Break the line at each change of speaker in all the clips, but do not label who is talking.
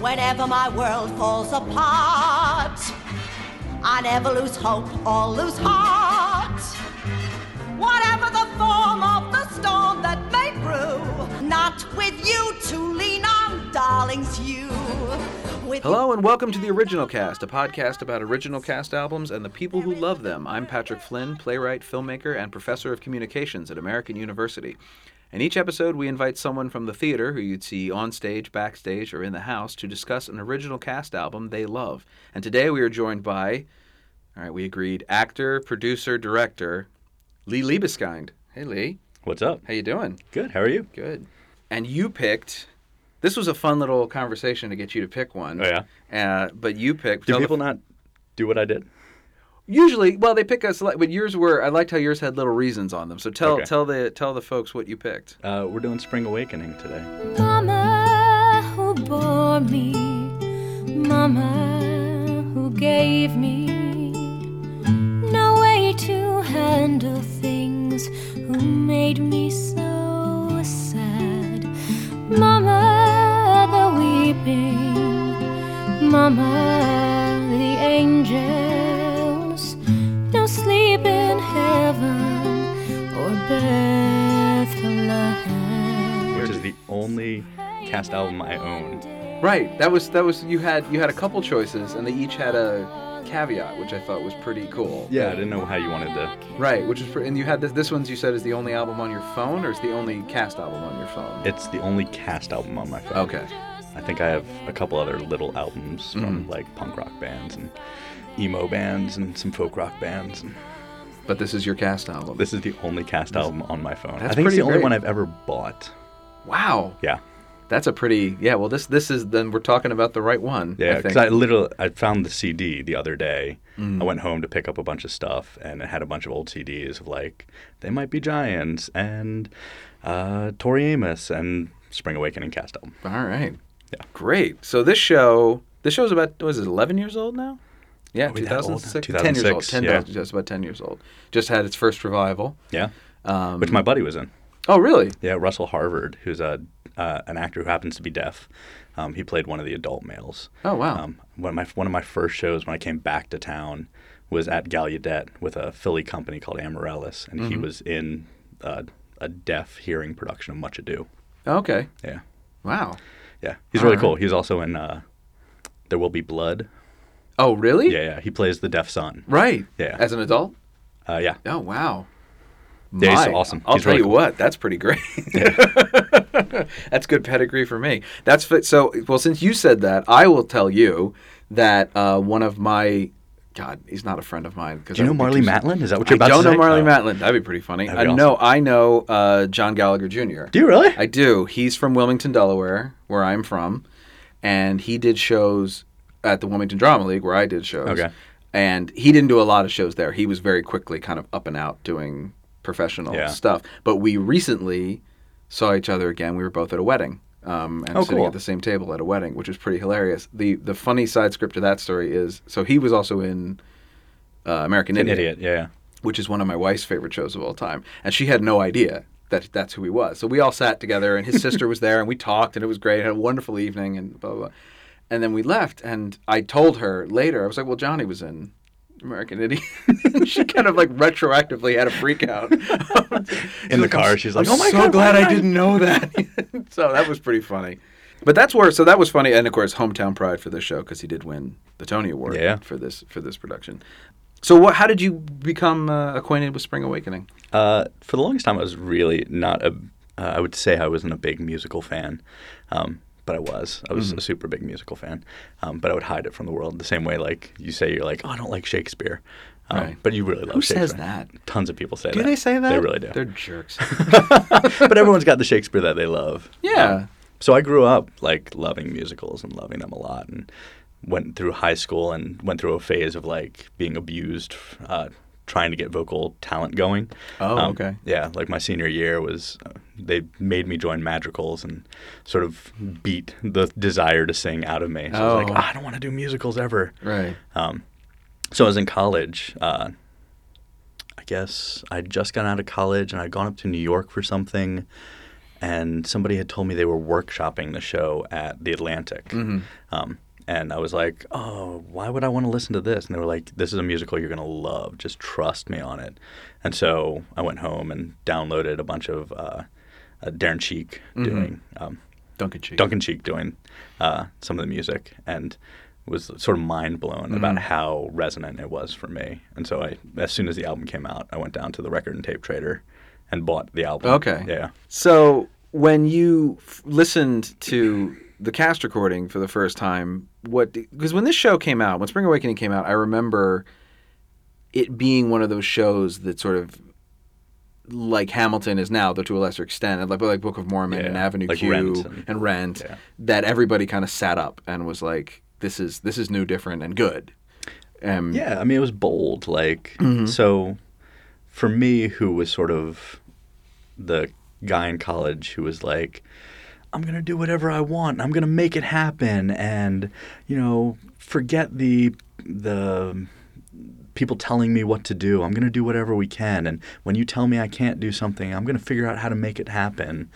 whenever my world falls apart. I never lose hope or lose heart. Whatever the form of the storm that may brew, not with you to lean on, darlings, you. With
Hello and welcome to the Original Cast, a podcast about original cast albums and the people who love them. I'm Patrick Flynn, playwright, filmmaker, and professor of communications at American University. In each episode, we invite someone from the theater who you'd see on stage, backstage, or in the house to discuss an original cast album they love. And today we are joined by, all right, we agreed, actor, producer, director, Lee Liebeskind. Hey, Lee,
What's up?
how you doing?
Good. How are you?
Good. And you picked. This was a fun little conversation to get you to pick one.
Oh, yeah?
Uh, but you picked.
Do
no, the-
people not do what I did?
usually? Well, they pick us. But yours were. I liked how yours had little reasons on them. So tell
Okay.
tell the tell the folks what you picked.
Uh, we're doing Spring Awakening today.
Mama who bore me, Mama who gave me no way to handle things, who made me so sad. Mama the weeping, Mama the angels, no sleep in heaven or Bethlehem.
which is the only cast album I own.
Right. That was that was you had you had a couple choices and they each had a caveat, which I thought was pretty cool.
I didn't know how you wanted to.
Right. Which is pre- and you had this this one's you said is the only album on your phone or is the only cast album on your phone.
It's the only cast album on my phone.
okay.
I think I have a couple other little albums from like punk rock bands and emo bands and some folk rock bands. And
But this is your cast album.
this is the only cast album on my phone.
That's
I think it's
pretty
the only
great.
one I've ever bought.
wow.
Yeah.
That's a pretty yeah. Well, this this is then we're talking about the right one.
Yeah,
I think. Mm.
because I, literally I found the CD the other day. I went home to pick up a bunch of stuff, and it had a bunch of old CDs of like "They Might Be Giants" and uh, Tori Amos and Spring Awakening cast album.
All right.
Yeah.
Great. So this show this show is about was it eleven years old now? Yeah,
Are we that old?
2006, 10 years old.
2006,
10
yeah.
just about 10 years old. Just had its first revival.
Yeah,
Um,
which my buddy was in.
Oh, really?
Yeah, Russell Harvard, who's a uh, an actor who happens to be deaf. Um, he played one of the adult males.
Oh, wow.
Um, one of my one of my first shows when I came back to town was at Gallaudet with a Philly company called Amarellis, and he was in uh, a deaf hearing production of Much Ado.
Okay.
Yeah,
Wow.
yeah, he's
All
really
right.
cool. He's also in uh, There Will Be Blood.
Oh, really?
Yeah, yeah, he plays the deaf son.
Right.
Yeah.
As an adult?
Uh, yeah,
Oh, wow.
Yeah, he's
My,
awesome.
I'll
He's
tell
really
you
cool.
what, that's pretty great. that's good pedigree for me. That's fit. So, well, since you said that, I will tell you that uh, one of my God, he's not a friend of mine.
Do you know Marley Matlin? Is that what you're
I
about to
don't know
say?
Marley
Oh.
Matlin. That'd be pretty funny.
That'd be
I know. I know uh, John Gallagher Jr.
do you really?
I do. He's from Wilmington, Delaware, where I'm from, and he did shows at the Wilmington Drama League, where I did shows.
Okay.
And he didn't do a lot of shows there. He was very quickly kind of up and out doing professional
Yeah.
stuff. But we recently saw each other again. We were both at a wedding. Um, and
Oh,
sitting
cool.
at the same table at a wedding, which was pretty hilarious. The the funny side script to that story is so he was also in uh, American
An
Idiot,
idiot. Yeah, yeah.
which is one of my wife's favorite shows of all time, and she had no idea that that's who he was. So we all sat together, and his sister was there, and we talked, and it was great. Had a wonderful evening, and blah blah. blah. And then we left, and I told her later. I was like, "Well, Johnny was in American Idiot." she kind of like retroactively had a freak out
In the car, she's like, "Oh my
so
god,
glad
why
I didn't know that." so that was pretty funny. But that's where so that was funny, and of course, hometown pride for this show because he did win the Tony Award
Yeah.
for this for this production. So what? How did you become uh, acquainted with Spring Awakening?
Uh, for the longest time, I was really not a. Uh, I would say I wasn't a big musical fan, um, but I was. I was
Mm-hmm.
a super big musical fan, um, but I would hide it from the world the same way like you say you're like, oh, I don't like Shakespeare, um,
Right.
but you really love
Who
Shakespeare.
says that?
Tons of people say
Do
that.
they say that?
They really do.
They're jerks.
but everyone's got the Shakespeare that they love.
Yeah.
so I grew up like loving musicals and loving them a lot, and went through high school and went through a phase of like being abused, uh, trying to get vocal talent going.
Oh,
um,
okay.
Yeah, like my senior year was, uh, they made me join Madrigals and sort of beat the desire to sing out of me. So I was
Oh.
like, "Ah, I don't want to do musicals ever.
right.
So I was in college. Uh, I guess I'd just gotten out of college and I'd gone up to New York for something. and somebody had told me they were workshopping the show at the Atlantic. Um, and I was like, oh, why would I want to listen to this? And they were like, this is a musical you're going to love. Just trust me on it. And so I went home and downloaded a bunch of uh, uh, Darren Cheek doing um,
Duncan Cheek.
Duncan Cheek doing uh, some of the music and was sort of mind blown about how resonant it was for me. And so I, as soon as the album came out, I went down to the record and tape trader and bought the album.
Okay.
Yeah.
So when you f- listened to the cast recording for the first time, what? Because when this show came out, when Spring Awakening came out, I remember it being one of those shows that sort of like Hamilton is now, though to a lesser extent, and like, like Book of Mormon and
Yeah,
Avenue
like
Q
Rent and-
Rent, that everybody kind of sat up and was like, "This is this is new, different, and good." Um,
Yeah. I mean, it was bold. Like, so for me, who was sort of the guy in college who was like, I'm going to do whatever I want and I'm going to make it happen and, you know, forget the, the, people telling me what to do. I'm going to do whatever we can. And when you tell me I can't do something, I'm going to figure out how to make it happen.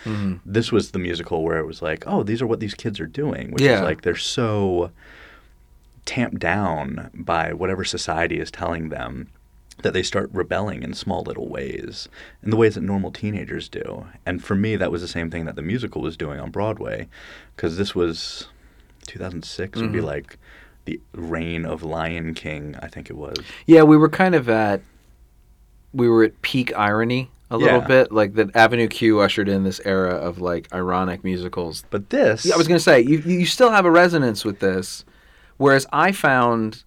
This was the musical where it was like, oh, these are what these kids are doing, which
Yeah.
is like they're so tamped down by whatever society is telling them that they start rebelling in small little ways, in the ways that normal teenagers do. And for me, that was the same thing that the musical was doing on Broadway, because this was 2006 would be
Mm-hmm.
like the reign of Lion King, I think it was.
Yeah, we were kind of at we were at peak irony a little
Yeah.
bit, like that Avenue Q ushered in this era of like ironic musicals.
But this,
Yeah, I was going to say you you still have a resonance with this, whereas I found,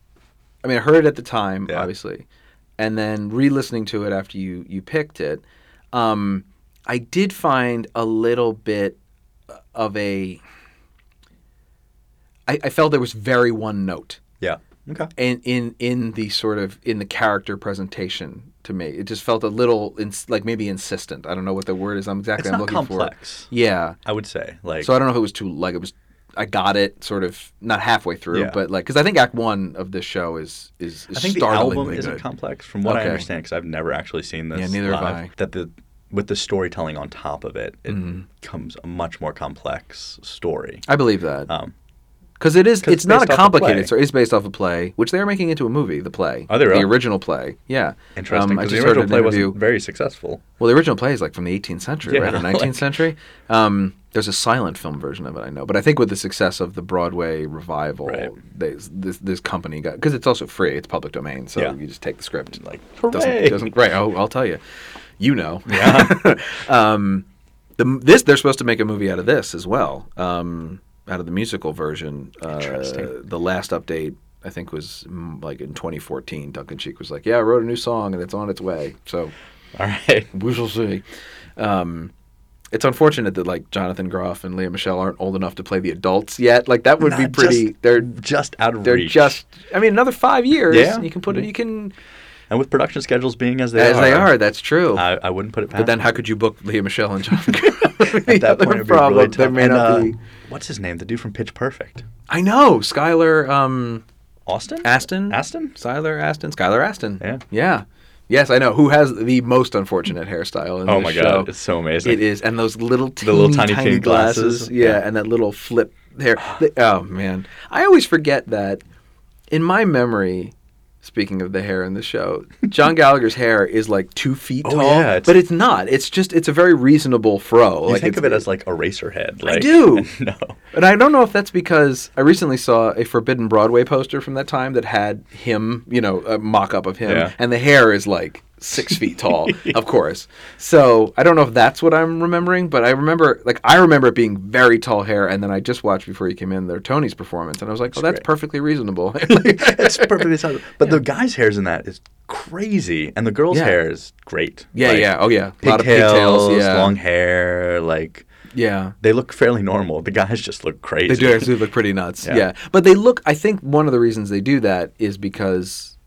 I mean, I heard it at the time,
Yeah.
obviously, and then re-listening to it after you you picked it, um, I did find a little bit of a. I, I felt there was very one note
yeah, okay,
in in in the sort of in the character presentation to me. It just felt a little ins- like maybe insistent. I don't know what the word is. I'm exactly
it's
I'm
not
looking
complex.
for. Yeah.
I would say like
So I don't know if it was too like it was. I got it sort of not halfway through,
Yeah.
but like because I think Act One of this show is is, is
I think the
startlingly
album isn't
good.
complex from what
Okay.
I understand because I've never actually seen this.
Yeah, neither have
live,
I. Mm-hmm.
That the with the storytelling on top of it, it becomes a much more complex story.
I believe that
Um,
because it is
'cause
it's not a
based off a
complicated
play.
story. It's based off a play, which they are making into a movie. The play,
Are they
the
really?
original play, yeah.
Interesting.
Um, I
'cause
just
the
heard
original
an
play
interview.
wasn't very successful.
Well, the original play is like from the 18th century,
Yeah,
right, or 19th
like-
century. Um, there's a silent film version of it, I know, but I think with the success of the Broadway revival,
Right.
they, this this company got because it's also free, it's public domain, so
Yeah.
you just take the script and like
Hooray!
doesn't doesn't right. I'll, I'll tell you, you know. Yeah. um, the this they're supposed to make a movie out of this as well, um, out of the musical version. Uh,
Interesting.
The last update. I think was mm, like in 2014. Duncan Cheek was like, "Yeah, I wrote a new song and it's on its way." So
All right.
we shall see. Um, it's unfortunate that like Jonathan Groff and Leah Michelle aren't old enough to play the adults yet. Like that would
Nah,
be
just-
pretty. they're
Just out of
they're
reach.
just. I mean, another five years.
Yeah.
you can put it. You can
and with production schedules being as they
as
are,
they are. That's true.
I, I wouldn't put it past.
but then, how could you book Leah Michelle and Jonathan? Groff?
at
The
that
other
point, it'd be
problem,
really tough.
there may
And,
not
uh,
be.
What's his name? The dude from Pitch Perfect,
I know Skylar um,
Austin.
Aston.
Aston.
Skylar Aston. Skylar Aston.
Yeah.
Yeah. Yes, I know. Who has the most unfortunate hairstyle in
Oh
this
my
show?
god, it's so amazing.
It is, and those little teeny,
little
tiny,
tiny pink
glasses.
glasses.
Yeah,
Yeah.
and that little flip hair. The- oh man, I always forget that. In my memory, speaking of the hair in the show, John Gallagher's hair is like two feet
Oh,
tall,
yeah, it's-
but it's not. It's just it's a very reasonable fro.
You
like it's-
think of it as like Eraserhead. Like,
do.
No.
and I don't know if that's because I recently saw a Forbidden Broadway poster from that time that had him, you know, a mock up of him,
Yeah.
and the hair is like six feet tall, of course. So I don't know if that's what I'm remembering, but I remember, like, I remember it being very tall hair, and then I just watched before you came in their Tony's performance, and I was like, oh, that's
great.
perfectly reasonable.
It's perfectly solid. But the guy's hairs in that is crazy, and the girl's
Yeah.
hair is great.
yeah,
Like,
yeah, oh yeah, a lot of
Pigtails,
pigtails, yeah,
long hair, like
yeah.
they look fairly normal. The guys just look crazy.
They do actually look pretty nuts. Yeah.
Yeah.
But they look, I think one of the reasons they do that is because,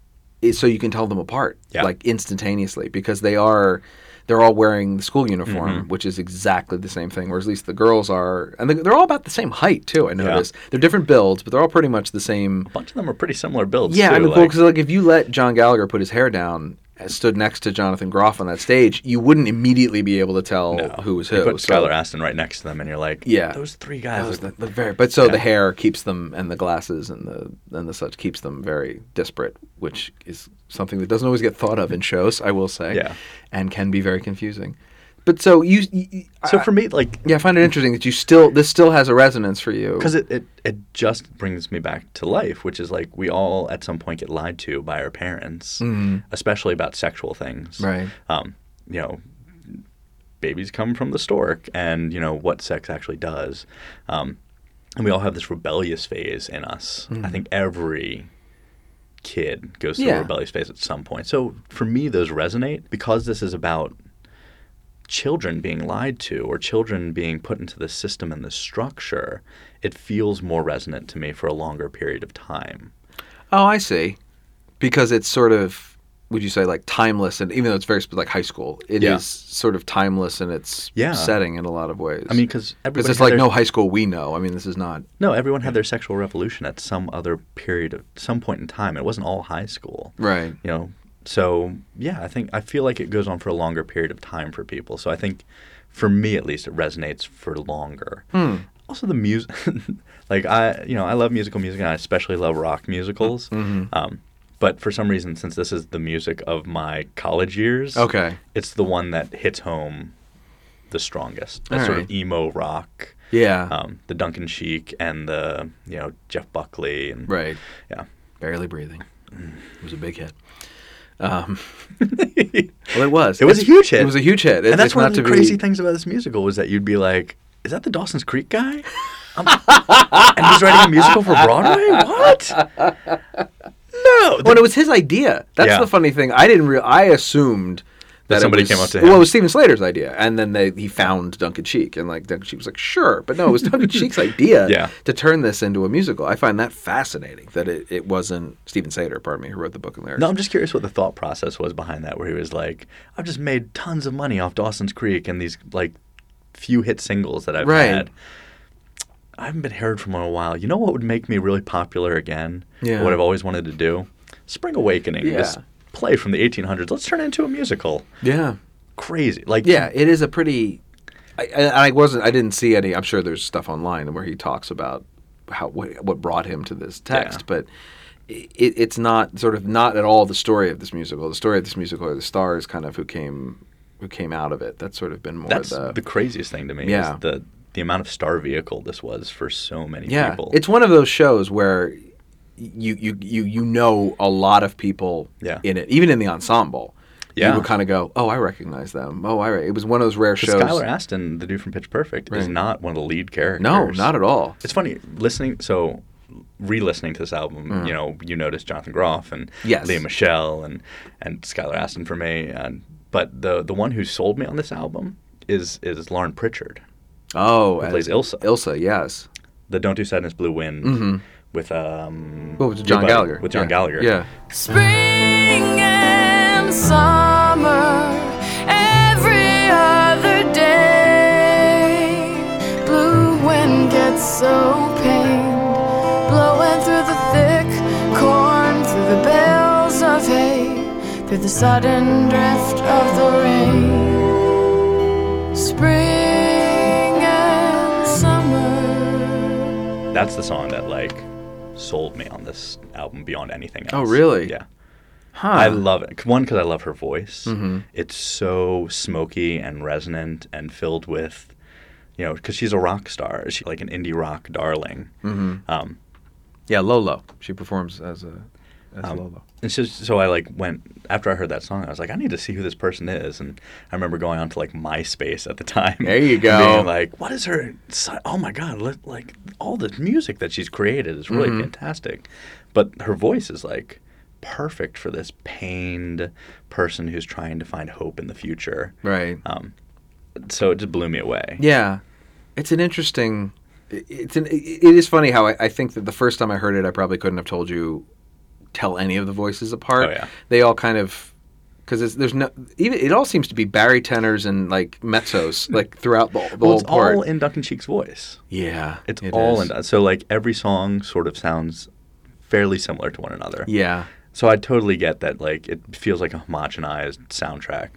is so you can tell them apart,
Yeah.
like instantaneously, because they are, they're all wearing the school uniform,
Mm-hmm.
which is exactly the same thing, or at least the girls are. And they- they're all about the same height, too, I noticed. They're different builds, but they're all pretty much the same.
A bunch of them are pretty similar builds.
Yeah,
too,
I mean,
like,
because like if you let John Gallagher put his hair down, uh, stood next to Jonathan Groff on that stage, you wouldn't immediately be able to tell who was who.
You put
so-
Skylar Aston right next to them, and you're like,
Yeah.
those three
That
guys.
was
Are,
the, the very, but so the hair keeps them, and the glasses, and the and the such keeps them very disparate, which is something that doesn't always get thought of in shows, I will say,
Yeah.
and can be very confusing. But so you, you
so
I-
for me, like,
yeah, I find it interesting that you still this still has a resonance for you.
because it, it it just brings me back to life, which is like we all at some point get lied to by our parents, especially about sexual things.
Mm-hmm. Right.
Um, you know, babies come from the stork, and you know what sex actually does. Um, and we all have this rebellious phase in us. I think every kid goes through
Mm-hmm. Yeah.
a rebellious phase at some point. So for me, those resonate because this is about children being lied to or children being put into the system and the structure. It feels more resonant to me for a longer period of time.
Oh, I see. Because it's sort of, would you say, like timeless, and even though it's very sp- like high school, it is
Yeah.
sort of timeless in its
Yeah.
setting in a lot of ways.
I mean, because
because it's like no high school we know. I mean, this is not.
No, everyone had their sexual revolution at some other period of some point in time. It wasn't all high school.
Right.
You know. So yeah, I think I feel like it goes on for a longer period of time for people. So I think for me at least it resonates for longer. Also the music like I you know, I love musical music and I especially love rock musicals. Um but for some reason since this is the music of my college years,
Okay.
it's the one that hits home the strongest. That
All
sort
right.
of emo rock
Yeah.
um, the Duncan Sheik and the you know Jeff Buckley and
right.
yeah
Barely breathing.
Mm.
It was a big hit. Um, well, it was.
it was a huge hit
It was a huge hit. It-
and that's
it's
one
not
of the
to
crazy
be,
things about this musical was that you'd be like is that the Dawson's Creek guy Um, and he's writing a musical for Broadway what no
Well, it was his idea. That's
Yeah.
the funny thing. I didn't. Re- I assumed
That
it
somebody
was-
came up to him.
Well, it was Steven Slater's idea, and then they, he found Duncan Sheik, and like Duncan Sheik was like, "Sure," but no, it was Duncan Sheik's idea
Yeah.
to turn this into a musical. I find that fascinating that it, it wasn't Steven Slater, pardon me, who wrote the book and lyrics.
no I'm just curious what the thought process was behind that where he was like I've just made tons of money off Dawson's Creek and these like few hit singles that I've
Right.
had I haven't been heard from in a while. You know what would make me really popular again?
Yeah.
What I've always wanted to do? Spring Awakening. This
Yeah.
play from the 1800s. Let's turn it into a musical.
yeah,
Crazy. Like
yeah, it is a pretty. I, I, I wasn't. I didn't see any. I'm sure there's stuff online where he talks about how what, what brought him to this text,
Yeah.
but it, it's not sort of not at all the story of this musical. The story of this musical are the stars, kind of who came who came out of it. That's sort of been more
that's
the,
the, craziest thing to me.
Yeah.
Is the the amount of star vehicle this was for so many
yeah.
people.
It's one of those shows where you you you you know a lot of people
Yeah.
in it, even in the ensemble.
Yeah.
You would kind of go, oh, I recognize them. Oh, I. Re-. It was one of those rare shows.
Skylar Aston, the dude from Pitch Perfect, is
Right.
not one of the lead characters.
no, not at all.
It's funny listening. So, re-listening to this album, you know, you notice Jonathan Groff and
Yes.
Leah Michelle and and Skylar Aston for me. And, but the the one who sold me on this album is is Lauren Pritchard,
Oh,
who
as-
plays Ilsa.
Ilsa, yes.
the Don't Do Sadness Blue Wind with um
Well, with John
Buddy-
Gallagher.
with John
Yeah.
Gallagher.
Yeah.
Spring and summer, every other day. Blue wind gets so pained, blowing through the thick corn, through the bales of hay, through the sudden drift of the rain. Spring and summer.
that's the song that like sold me on this album beyond anything else.
Oh, really?
Yeah.
Huh. Mm-hmm.
I love it. One, because I love her voice. It's so smoky and resonant and filled with, you know, because she's a rock star. She's like an indie rock darling. Um,
yeah, Lolo. She performs as a as
Ah,
Lolo.
and so, so I like went after I heard that song. I was like, I need to see who this person is. And I remember going on to like MySpace at the time.
There you
and
go.
being like, what is her? si- Oh my God! Look, like all this music that she's created is
Mm-hmm.
really fantastic. But her voice is like perfect for this pained person who's trying to find hope in the future. Um,
Right.
So it just blew me away.
yeah. It's an interesting i- it's an i- it is funny how I, I think that the first time I heard it I probably couldn't have told you tell any of the voices apart.
Oh, yeah.
They all kind of because there's no even it all seems to be barytenors and like mezzos like throughout the, the
Well,
whole
it's
part.
all in Duncan Cheek's voice.
yeah.
It's
it
all
is.
in. So like every song sort of sounds fairly similar to one another.
Yeah.
So I totally get that. Like it feels like a homogenized soundtrack,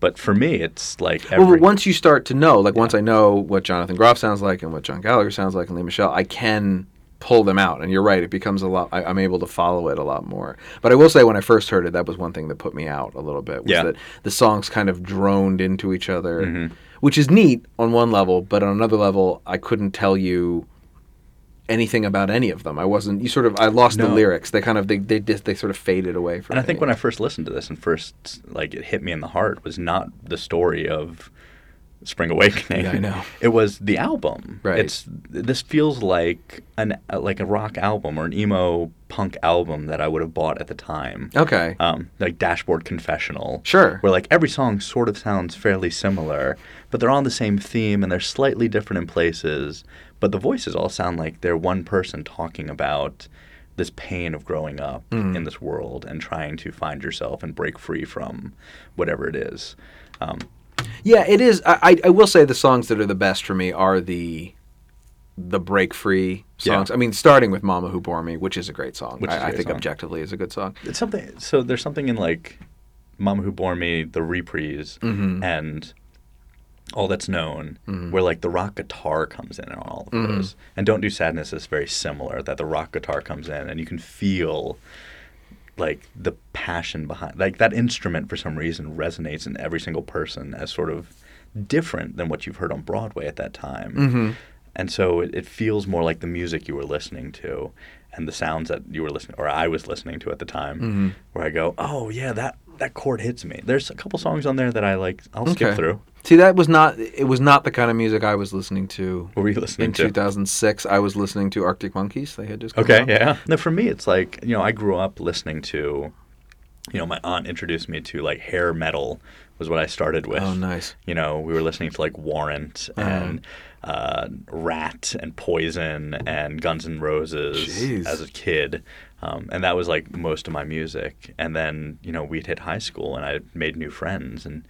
but for me, it's like every
Well, but once you start to know, like once I know what Jonathan Groff sounds like and what John Gallagher sounds like and Lee Michelle, I can pull them out. And you're right, it becomes a lot. I, I'm able to follow it a lot more. But I will say, when I first heard it, that was one thing that put me out a little bit. Was
Yeah. Mm-hmm.
that the songs kind of droned into each other, which is neat on one level, but on another level, I couldn't tell you anything about any of them. I wasn't. You sort of. I lost the
No.
lyrics. They kind of. They they, just, they sort of faded away from.
And I think
me.
when I first listened to this and first like it hit me in the heart was not the story of Spring Awakening.
Yeah, I know.
It was the album.
Right.
It's this feels like an like a rock album or an emo punk album that I would have bought at the time.
Okay.
Um, like Dashboard Confessional.
Sure.
Where like every song sort of sounds fairly similar, but they're on the same theme and they're slightly different in places, but the voices all sound like they're one person talking about this pain of growing up in this world and trying to find yourself and break free from whatever it is. Um,
Yeah, it is. I, I- I will say the songs that are the best for me are the the break free
Yeah.
songs. I mean, starting with "Mama Who Bore Me," which is a great song.
Which
I,
is a
I
great
think
song.
objectively is a good song.
it's something so there's something in like Mama Who Bore Me, the reprise and all that's known where like the rock guitar comes in and all of those. And Don't Do Sadness is very similar that the rock guitar comes in and you can feel like the passion behind like that instrument for some reason resonates in every single person as sort of different than what you've heard on Broadway at that time. And so it, it feels more like the music you were listening to and the sounds that you were listening or I was listening to at the time where I go, "Oh yeah, that that chord hits me." There's a couple songs on there that I like I'll skip through.
See, that was not. It was not the kind of music I was listening to.
What were you listening
In
to?
2006, I was listening to Arctic Monkeys. They had just come
Okay,
out.
yeah. No, for me, it's like you know, I grew up listening to, you know, my aunt introduced me to like hair metal was what I started with.
Oh, nice.
You know, we were listening to like Warrant
Uh-huh.
and uh, Rat and Poison and Guns N' Roses
Jeez.
as a kid. Um, and that was like most of my music. And then, you know, we'd hit high school and I made new friends. And,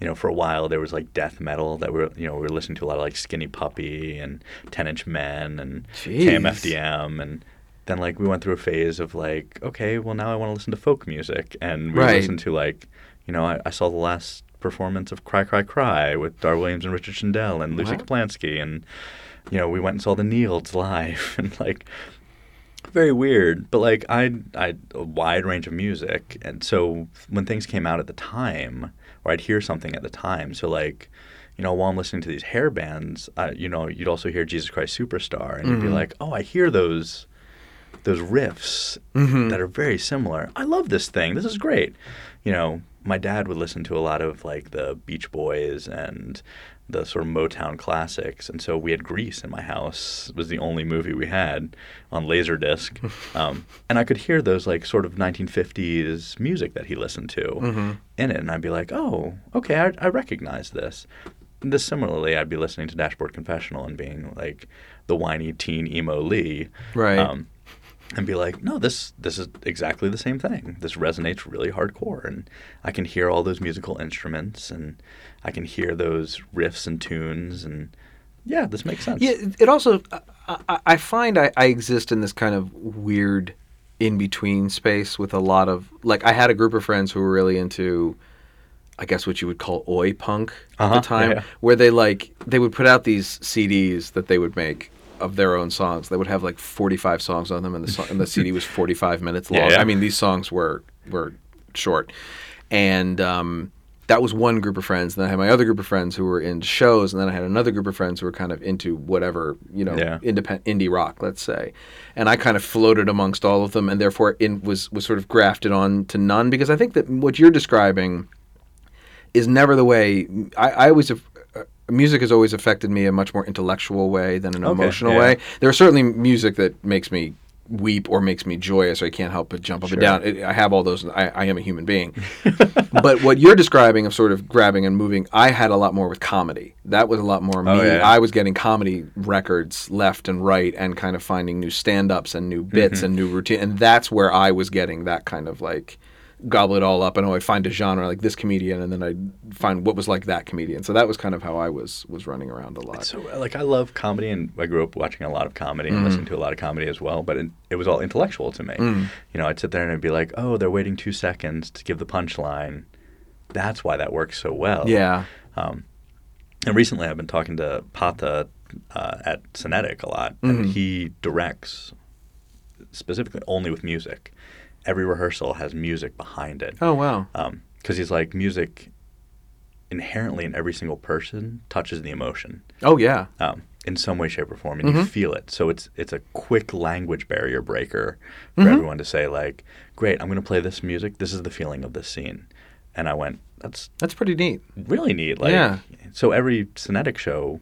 you know, for a while there was like death metal that we were, you know, we were listening to a lot of like Skinny Puppy and 10 Inch Men and
Jeez.
KMFDM. And then like we went through a phase of like, okay, well now I want to listen to folk music. And we
Right.
listened to like, you know, I, I saw the last performance of Cry Cry Cry with Dar Williams and Richard Schindel and Lucy
Wow.
Kaplansky and you know, we went and saw the Neils live and like very weird, but like I I a wide range of music, and so when things came out at the time, or I'd hear something at the time, so like. You know, while I'm listening to these hair bands, I, you know, you'd also hear Jesus Christ Superstar, and you'd
Mm-hmm.
be like, "Oh, I hear those those riffs that are very similar. I love this thing. This is great. You know, my dad would listen to a lot of like the Beach Boys and the sort of Motown classics, and so we had Grease in my house. It was the only movie we had on laserdisc, um, and I could hear those like sort of 1950s music that he listened to in it, and I'd be like, oh, okay, I, I recognize this. And this similarly, I'd be listening to Dashboard Confessional and being like the whiny teen emo Lee,
Right.
Um, and be like, no, this this is exactly the same thing. This resonates really hardcore, and I can hear all those musical instruments, and I can hear those riffs and tunes, and yeah, this makes sense.
Yeah, it- it also I- I, I find I, I exist in this kind of weird in between space with a lot of like I had a group of friends who were really into I guess what you would call oi punk
Uh-huh,
at the time,
yeah.
where they like they would put out these CDs that they would make of their own songs. They would have like 45 songs on them, and the song, and the CD was 45 minutes long.
Yeah, yeah.
I mean, these songs were were short, and um, that was one group of friends. Then I had my other group of friends who were into shows, and then I had another group of friends who were kind of into whatever you know,
Yeah.
independent indie rock, let's say. And I kind of floated amongst all of them, and therefore in was was sort of grafted on to none because I think that what you're describing is never the way I, I always have. uh, Music has always affected me in a much more intellectual way than an
Okay,
emotional
yeah.
way. There are certainly music that makes me weep or makes me joyous, or I can't help but jump up and down. It, I have all those. I, I am a human being. but what you're describing of sort of grabbing and moving, I had a lot more with comedy. That was a lot more me.
Oh, yeah.
I was getting comedy records left and right, and kind Mm-hmm. of finding new stand-ups and new bits and new routine, and that's where I was getting that kind of like gobble it all up and oh, I find a genre like this comedian and then I find what was like that comedian. So that was kind of how I was was running around a lot.
So like I love comedy, and I grew up watching a lot of comedy
Mm.
and listening to a lot of comedy as well. But it, it was all intellectual to me.
Mm.
You know, I'd sit there and I'd be like, "Oh, they're waiting two seconds to give the punchline. That's why that works so well."
yeah.
And recently, I've been talking to Patha uh, at Synetic a lot, and he directs specifically only with music. Every rehearsal has music behind it
Oh wow.
because he's like music inherently in every single person touches the emotion
Oh yeah.
um, in some way, shape, or form, and you feel it. So it's it's a quick language barrier breaker for everyone to say like, "Great, I'm going to play this music. This is the feeling of this scene." And I went, "That's
That's pretty neat.
really neat." Like,
Yeah.
so every Synetic show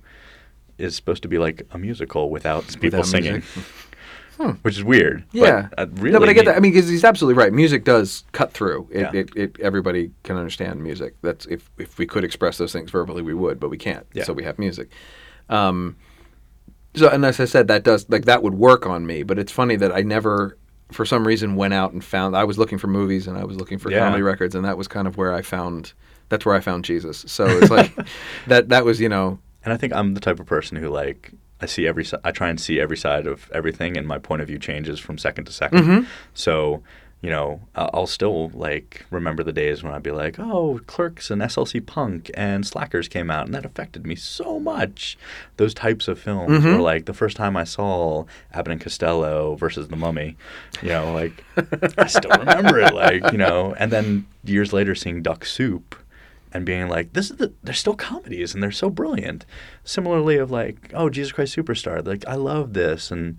is supposed to be like a musical without people
Without
singing, which is weird.
Yeah.
but, uh, really.
no, but I get
neat.
that. I mean, 'cause he's absolutely right. Music does cut through. It,
Yeah.
it, it everybody can understand music. That's if if we could express those things verbally, we would, but we can't.
Yeah.
So we have music. Um, so and as I said, that does like that would work on me. But it's funny that I never, for some reason, went out and found. I was looking for movies and I was looking for
Yeah.
comedy records, and that was kind of where I found. That's where I found Jesus. So it's like that. That was you know.
And I think I'm the type of person who like I see every si- I try and see every side of everything, and my point of view changes from second to 2nd So you know, I- I'll still like remember the days when I'd be like, "Oh, Clerks and SLC Punk and Slackers came out, and that affected me so much." Those types of films, or like the first time I saw Abbott and Costello versus The Mummy, you know, like I still remember it, like you know. And then years later, seeing Duck Soup, and being like, this is the, they're still comedies and they're so brilliant. Similarly, of like, oh, Jesus Christ Superstar, like, I love this. And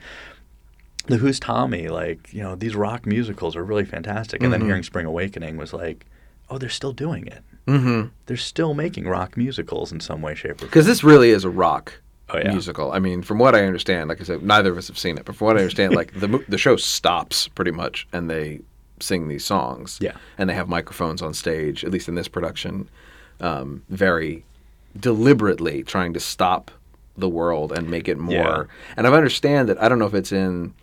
the Who's Tommy, like, you know, these rock musicals are really fantastic. And
Mm-hmm.
then hearing Spring Awakening was like, oh, they're still doing it. Mm-hmm. They're still making rock musicals in some way, shape, or form.
Because this really is a rock
Oh, yeah.
musical. I mean, from what I understand, like I said, neither of us have seen it, but from what I understand, like the mo- the show stops pretty much, and they sing these songs.
Yeah.
and they have microphones on stage, at least in this production, um, very deliberately trying to stop the world and make it more. And I understand that. I don't know if it's in.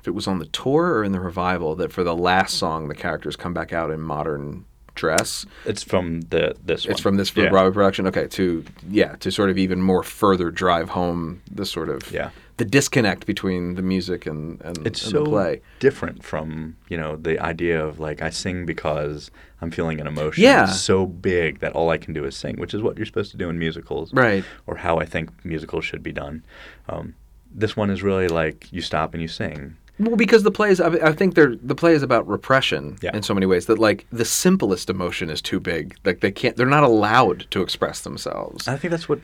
If it was on the tour or in the revival, that for the last song, the characters come back out in modern dress.
It's from the this one.
It's from this
Yeah.
Broadway production. Okay, to yeah, to sort of even more further drive home the sort of
Yeah.
the disconnect between the music and and,
it's
and
so
the play.
different from you know the idea of like I sing because I'm feeling an emotion
Yeah.
so big that all I can do is sing, which is what you're supposed to do in musicals,
Right.
Or how I think musicals should be done. Um, this one is really like you stop and you sing.
Well, because the play is, I, I think they're, the play is about repression
Yeah.
in so many ways that like the simplest emotion is too big. Like they can't, they're not allowed to express themselves.
And I think that's what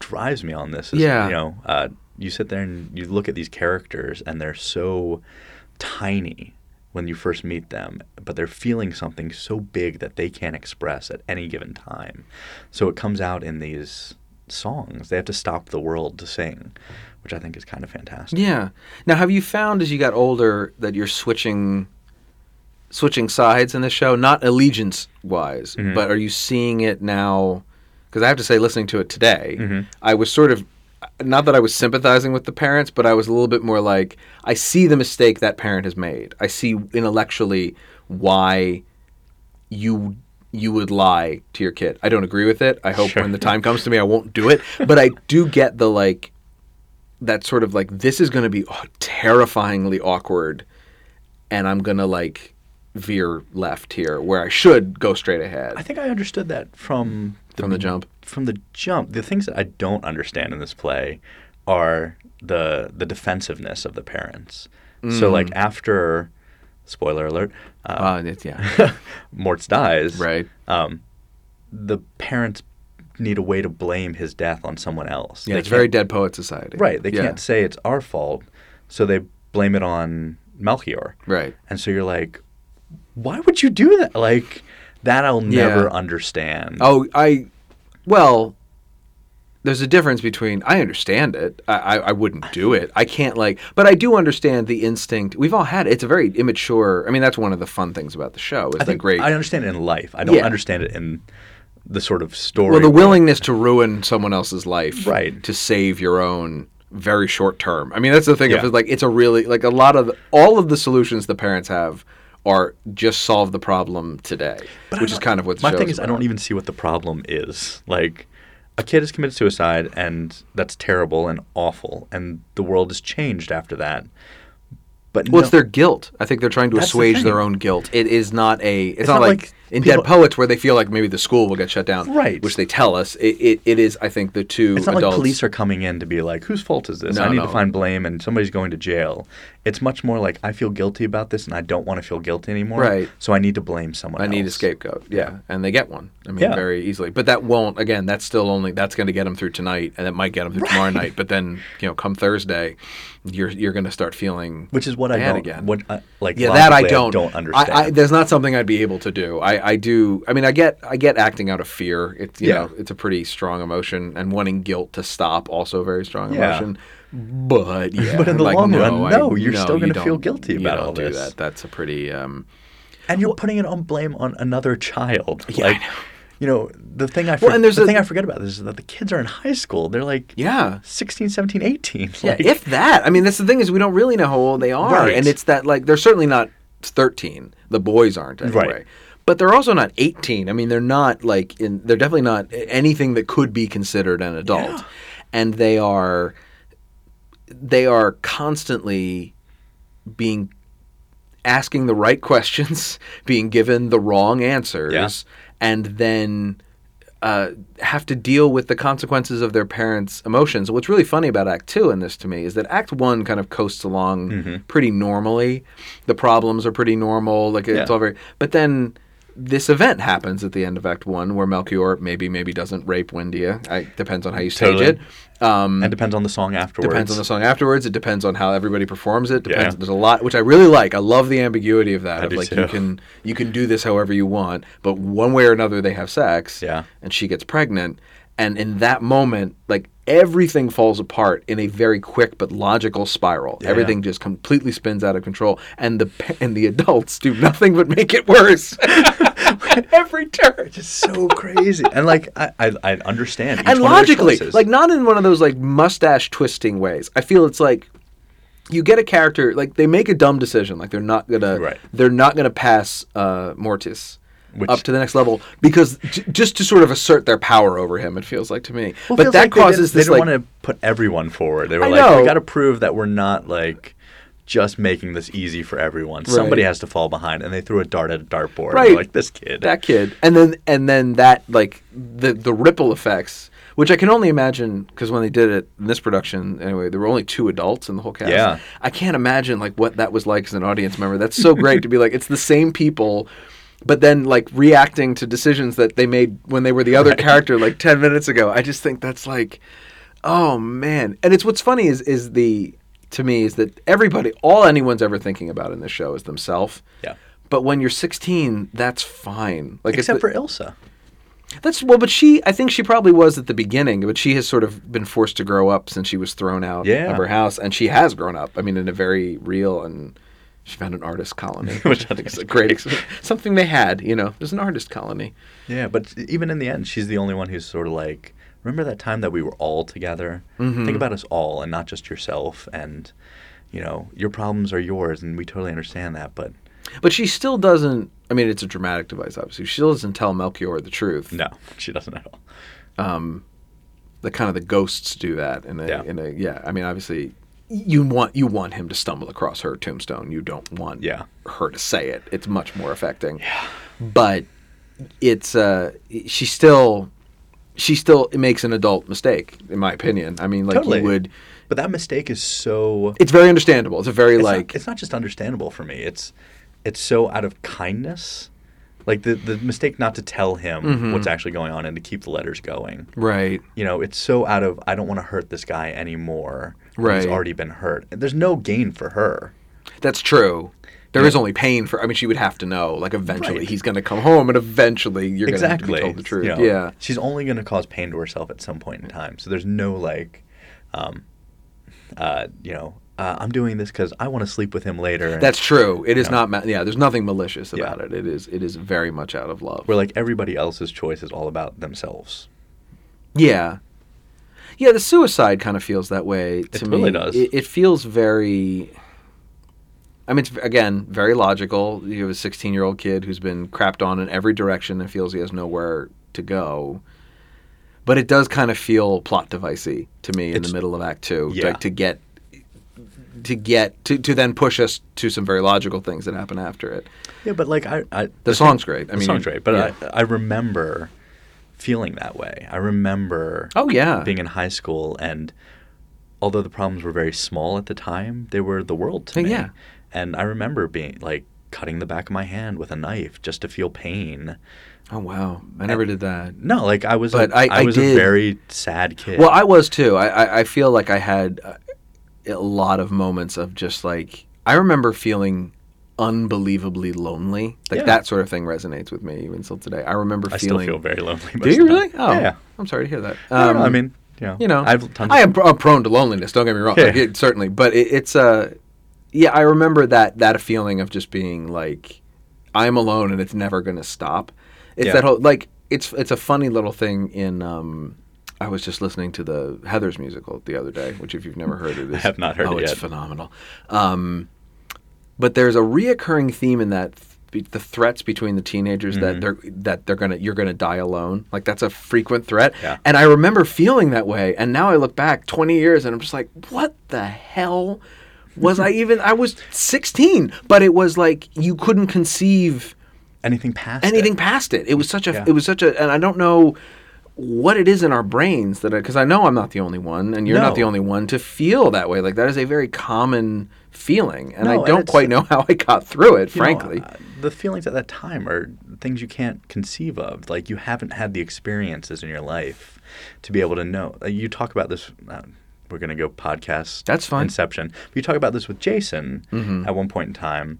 drives me on this. Is,
Yeah.
you know, uh, you sit there and you look at these characters and they're so tiny when you first meet them, but they're feeling something so big that they can't express at any given time. So it comes out in these songs. They have to stop the world to sing, which I think is kind of fantastic.
Yeah. Now, have you found as you got older that you're switching switching sides in the show, not allegiance wise, but are you seeing it now? Because I have to say, listening to it today, I was sort of not that I was sympathizing with the parents, but I was a little bit more like, I see the mistake that parent has made. I see intellectually why you you would lie to your kid. I don't agree with it. I hope
Sure.
when the time comes to me, I won't do it. But I do get the like that sort of like this is going to be oh, terrifyingly awkward and i'm going to like veer left here where i should go straight ahead
I think I understood that from
From the jump.
From the jump, the things that I don't understand in this play are the the defensiveness of the parents.
Mm.
So like after, spoiler alert, uh,
uh, it's- yeah
Mortz dies,
right
The parents need a way to blame his death on someone else.
yeah
They
it's very dead
can't-
poet society
Right, they
Yeah.
can't say it's our fault, so they blame it on Melchior.
right
And so you're like, why would you do that? Like that I'll
Yeah.
never understand.
oh i well there's a difference between i understand it I, I, I wouldn't do it i can't like but i do understand the instinct we've all had it. it's a very immature i mean that's one of the fun things about the show is
I
the
think
great
I understand it in life. I don't
Yeah.
understand it in the sort of story.
Well, the willingness to ruin someone else's life,
Right.
to save your own very short term. I mean, that's the thing.
Yeah.
If it's like it's a really like a lot of the- all of the solutions the parents have are just solve the problem today, which is kind of what the
my
show's
thing is. I don't
about.
even see what the problem is. Like, a kid has committed suicide, and that's terrible and awful, and the world has changed after that. But
Well,
no,
it's their guilt. I think they're trying to
That's the
assuage their
thing.
own guilt. It is not a. It's, not,
not
like,
like
in
people-
Dead Poets where they feel like maybe the school will get shut down,
Right.
Which they tell us. It, it, it is. I think the two
It's not
adults.
like police are coming in to be like, whose fault is this?
No,
I need
no.
to find blame and somebody's going to jail. It's much more like, I feel guilty about this and I don't want to feel guilty anymore.
Right.
So I need to blame someone
I need a
else.
scapegoat. Yeah, and they get one. I mean,
Yeah.
very easily. But that won't. Again, that's still only. That's going to get them through tonight, and it might get them through tomorrow night. But then, you know, come Thursday, you're you're going to start feeling.
Which is what I
bad
don't,
again.
what I, like,
yeah, that I
logically,
don't.
understand.
I, I, there's not something I'd be able to do. I, I do. I mean, I get I get acting out of fear. It's you
Yeah.
know, it's a pretty strong emotion, and wanting guilt to stop also a very strong
Yeah.
emotion. But yeah,
But in the
like,
long
no,
run,
I-
no, you're still
you
gonna feel
don't-
guilty
you
about
don't
all
do
this.
That. That's a pretty. Um,
and you're putting it on blame on another child.
Yeah, I
like,
know.
You know, the thing I,
Well,
for-
and there's
the
a-
thing I forget about this is that the kids are in high school. They're like
Yeah.
16, 17, 18.
Yeah,
like,
if that. I mean, that's the thing is we don't really know how old they are,
Right.
and it's that like they're certainly not thirteen. The boys aren't anyway.
Right.
But they're also not 18. I mean, they're not like in. They're definitely not anything that could be considered an adult, and they are. They are constantly being asking the right questions, being given the wrong answers,
Yeah.
and then uh, have to deal with the consequences of their parents' emotions. What's really funny about Act Two in this to me is that Act One kind of coasts along
Mm-hmm.
pretty normally. The problems are pretty normal, like it's
Yeah.
all very. But then this event happens at the end of Act One where Melchior maybe maybe doesn't rape Wendia. I, depends on how you stage
Totally.
it. Um,
and depends on the song afterwards.
depends on the song afterwards. It depends on how everybody performs it. Depends.
Yeah.
There's a lot, which I really like. I love the ambiguity of that.
I
of
do
like
too.
you can you can do this however you want, but one way or another they have sex.
Yeah.
And she gets pregnant, and in that moment, like everything falls apart in a very quick but logical spiral. everything just completely spins out of control, and the pa- and the adults do nothing but make it worse at every turn.
It's so crazy. and like I, I, I understand. each
and
one of their
logically,
choices.
like not in one of those like mustache twisting ways. I feel it's like you get a character like they make a dumb decision, like they're not gonna
Right.
they're not gonna pass uh, Mortis.
Which-
up to the next level because j- just to sort of assert their power over him, it feels like to me.
Well,
but
it feels
that
like they
causes
didn't-
this
They
like
didn't want to put everyone forward. They were
I
like,
know.
we got to prove that we're not like just making this easy for everyone. Somebody has to fall behind, and they threw a dart at a dartboard. and they're
Right.
like this kid.
that kid and then and then that like the the ripple effects which i can only imagine because when they did it in this production anyway there were only two adults in the whole cast
Yeah.
i can't imagine like what that was like as an audience member that's so great to be like it's the same people but then like reacting to decisions that they made when they were the other character like 10 minutes ago i just think that's like oh man and it's what's funny is is the to me is that everybody all anyone's ever thinking about in this show is themselves
Yeah.
but when you're 16, that's fine. Like it's
Except
the-
for Ilsa.
that's well, but she I think she probably was at the beginning, but she has sort of been forced to grow up since she was thrown out
Yeah.
of her house, and she has grown up. I mean, in a very real and she found an artist colony,
Which I think
It's
is
a great ex- something they had. You know, there's an artist colony.
Yeah, but even in the end, she's the only one who's sort of like, remember that time that we were all together? Think about us all and not just yourself. And, you know, your problems are yours, and we totally understand that. But
But she still doesn't. I mean, it's a dramatic device, obviously. She still doesn't tell Melchior the truth.
no, she doesn't at all.
the kind of the ghosts do that in a,
Yeah.
in a yeah i mean obviously you want you want him to stumble across her tombstone you don't want
Yeah.
her to say it it's much more affecting yeah. but it's uh she still she still makes an adult mistake in my opinion i mean like
Totally.
you would
But that mistake is so.
it's very understandable it's a very
it's
like
not, it's not just understandable for me. It's it's so out of kindness, like the the mistake not to tell him what's actually going on and to keep the letters going.
right
You know, it's so out of I don't want to hurt this guy anymore. when he's
Right.
already been hurt. And There's no gain for her.
That's true. There is only pain for. I mean, she would have to know. Like, eventually,
Right.
he's going to come home, and eventually, you're going
exactly.
to be told the truth.
You know,
yeah,
She's only going to cause pain to herself at some point in time. So there's no like, um, uh, you know, uh, I'm doing this because I want to sleep with him later. and-
That's true. It is not. Ma- yeah, there's nothing malicious about
Yeah.
it. It is. It is very much out of love.
where like everybody else's choice is all about themselves.
Yeah, yeah. The suicide kind of feels that way to me.
totally does.
It, it feels very. I mean, it's again very logical. You have a 16 year old kid who's been crapped on in every direction and feels he has nowhere to go. But it does kind of feel plot devicey to me in
It's-
the middle of Act Two,
Yeah.
like to get to get to, to then push us to some very logical things that happen after it.
Yeah, but like I, I
The song's great. I
the
mean,
song's great, but
yeah.
I, I remember feeling that way. I remember
Oh yeah,
being in high school, and although the problems were very small at the time, they were the world to
Yeah,
me.
yeah.
And I remember being like cutting the back of my hand with a knife just to feel pain.
oh wow, I never did that.
No, like I was,
But
a,
I-
I,
I
was
did-
a very sad kid.
Well, I was too. I, I, I feel like I had uh, a lot of moments of just like I remember feeling unbelievably lonely. Like
Yeah.
that sort of thing resonates with me even still today. I remember
I still
feeling.
feel very lonely.
do you really?
Oh,
Oh,
yeah.
I'm sorry to hear that.
I don't
Um,
know, I mean, you know,
you know,
I have tons.
I
of,
am pr- I'm prone to loneliness. Don't get me wrong,
Yeah.
Like, it- certainly. But it, it's uh, yeah, I remember that that feeling of just being like, I'm alone and it's never going to stop. It's
Yeah.
that whole like it's it's a funny little thing in. Um, I was just listening to the Heather's musical the other day, which if you've never heard it, is,
have not heard
oh,
it
it's
yet.
phenomenal. Um, but there's a reoccurring theme in that th- the threats between the teenagers
Mm-hmm.
that they're that they're gonna you're gonna die alone like that's a frequent threat
Yeah.
and i remember feeling that way and now i look back 20 years and i'm just like what the hell was i even i was 16 but it was like you couldn't conceive
anything past it.
anything past it. It was such a
Yeah.
it was such a and I don't know what it is in our brains that because I know I'm not the only one and you're not
No.
the only one to feel that way. Like that is a very common feeling, and
No,
I
and
don't
it's-
quite know how I got through it,
you know,
frankly.
uh, the feelings at that time are things you can't conceive of. Like you haven't had the experiences in your life to be able to know. Uh, You talk about this. Uh, we're gonna go podcast.
That's fine. Mm-hmm.
Inception. But you talk about this with Jason at one point in time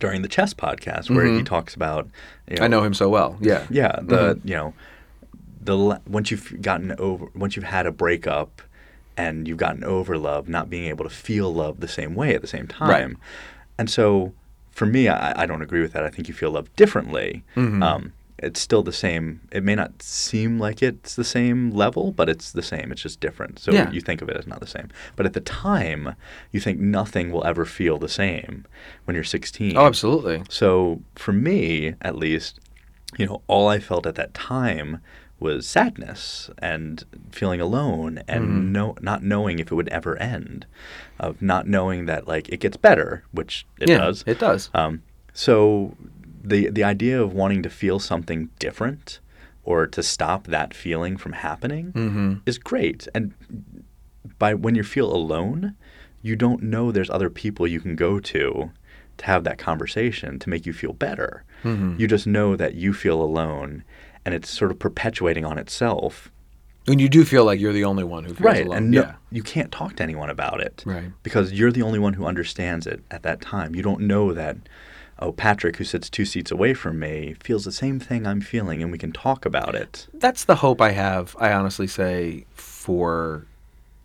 during the chess podcast, where he talks about. You
I know him so well. Yeah.
yeah, the you know, the la- once you've gotten over, once you've had a breakup, and you've gotten over love, not being able to feel love the same way at the same time, and so for me, I, I don't agree with that. I think you feel love differently. Um, it's still the same. It may not seem like it's the same level, but it's the same. It's just different. So
Yeah.
you think of it as not the same. But at the time, you think nothing will ever feel the same when you're 16.
Oh, absolutely.
So for me, at least, you know, all I felt at that time was sadness and feeling alone and
Mm-hmm.
no, not knowing if it would ever end, of not knowing that like it gets better, which it
yeah,
does.
It does.
Um, so the the idea of wanting to feel something different or to stop that feeling from happening is great. And by when you feel alone, you don't know there's other people you can go to to have that conversation to make you feel better. You just know that you feel alone and it's sort of perpetuating on itself.
and you do feel like you're the only one who feels alone.
And no-
yeah.
you can't talk to anyone about it.
Right.
Because you're the only one who understands it at that time. You don't know that, oh, Patrick, who sits two seats away from me, feels the same thing I'm feeling and we can talk about it.
that's the hope I have. I honestly say for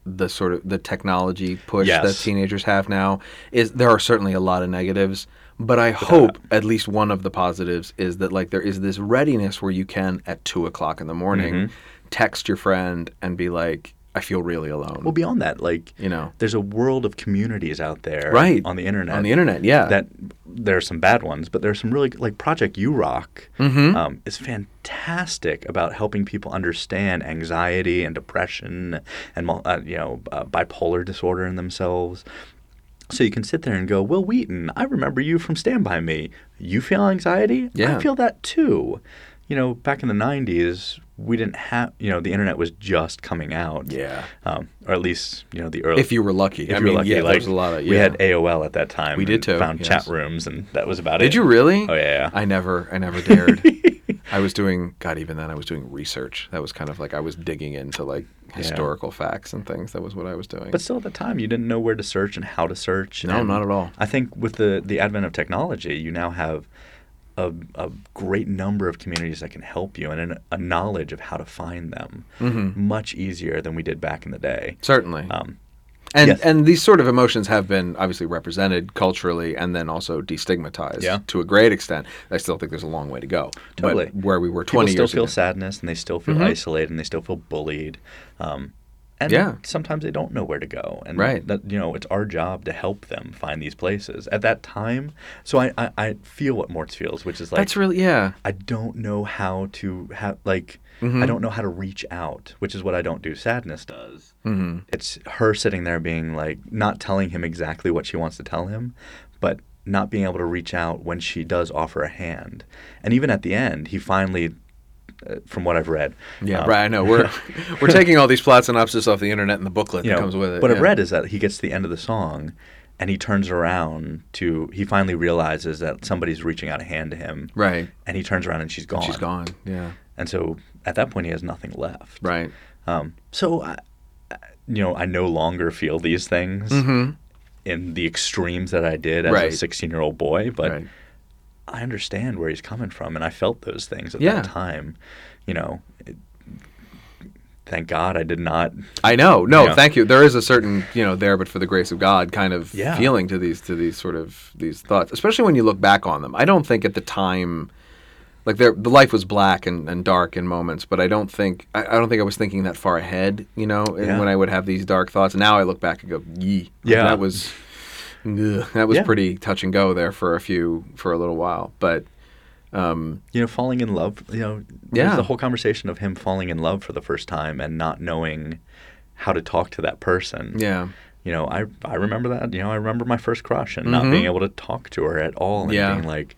the sort of the technology push
Yes.
that teenagers have now is there are certainly a lot of negatives, but I hope at least one of the positives is that like there is this readiness where you can at two o'clock in the morning
Mm-hmm.
text your friend and be like, I feel really alone.
Well, beyond that, like,
You know.
there's a world of communities out there
right
on the internet.
On the internet, yeah.
That there are some bad ones, but there are some really like Project You Rock
Mm-hmm.
um, is fantastic about helping people understand anxiety and depression and mul- uh, you know uh, bipolar disorder in themselves. So you can sit there and go, Will Wheaton, I remember you from Stand By Me. You feel anxiety?
Yeah.
I feel that too. You know, back in the 90s, we didn't have, you know, the internet was just coming out.
Yeah.
Um, or at least, you know, the early.
if you were lucky.
If
I
you
mean,
were lucky,
yeah,
like,
there's a lot of
We
yeah.
had AOL at that time.
We did
and
too,
Found
yes.
chat rooms, and that was about it.
Did you really?
Oh yeah. yeah.
I never, I never dared. I was doing, God, even then, I was doing research. That was kind of like I was digging into like historical facts and things. That was what I was doing.
but still, at the time, you didn't know where to search and how to search.
No,
and
not at all.
I think with the the advent of technology, you now have a, a great number of communities that can help you and an, a knowledge of how to find them
Mm-hmm.
much easier than we did back in the day.
certainly,
Um,
and
yes.
and these sort of emotions have been obviously represented culturally and then also destigmatized
Yeah.
to a great extent. I still think there's a long way to go. But
Totally.
where we were
People
20
still
years
feel
ago.
sadness and they still feel isolated and they still feel bullied. Um, and
Yeah.
sometimes they don't know where to go and
Right.
that you know it's our job to help them find these places at that time so i i, I feel what mortz feels which is like
That's really yeah.
I don't know how to have like
Mm-hmm.
I don't know how to reach out, which is what I don't do. Sadness does. Mm-hmm. It's her sitting there being like not telling him exactly what she wants to tell him, but not being able to reach out when she does offer a hand. And even at the end, he finally, uh, from what I've read,
Yeah,
um,
right. I know we're we're taking all these plot synopsis off the internet and the booklet
you
that
know,
comes with it.
What
yeah.
I've read is that he gets to the end of the song. And he turns around to, he finally realizes that somebody's reaching out a hand to him.
Right.
And he turns around and she's gone.
She's gone. Yeah.
And so at that point, he has nothing left.
Right.
Um, so, I, I- you know, I no longer feel these things in the extremes that I did as
Mm-hmm. Right.
a 16 year old boy, but
Right.
I understand where he's coming from. And I felt those things at
Yeah.
that time. You know, it, thank God I did not.
I know. No,
Yeah.
thank you. There is a certain, you know, there but for the grace of God kind of
Yeah.
feeling to these to these sort of these thoughts, especially when you look back on them. I don't think at the time like there the life was black and, and dark in moments, but I don't think I, I don't think I was thinking that far ahead, you know, and
Yeah.
when I would have these dark thoughts. Now I look back and go, "Yee. Like,
Yeah.
That was ugh, that was
Yeah.
pretty touch and go there for a few for a little while, but
You know, falling in love, you know,
Yeah.
there's the whole conversation of him falling in love for the first time and not knowing how to talk to that person.
yeah.
you know, I I remember that. You know, I remember my first crush and not being able to talk to her at all and
Mm-hmm. Yeah.
being like,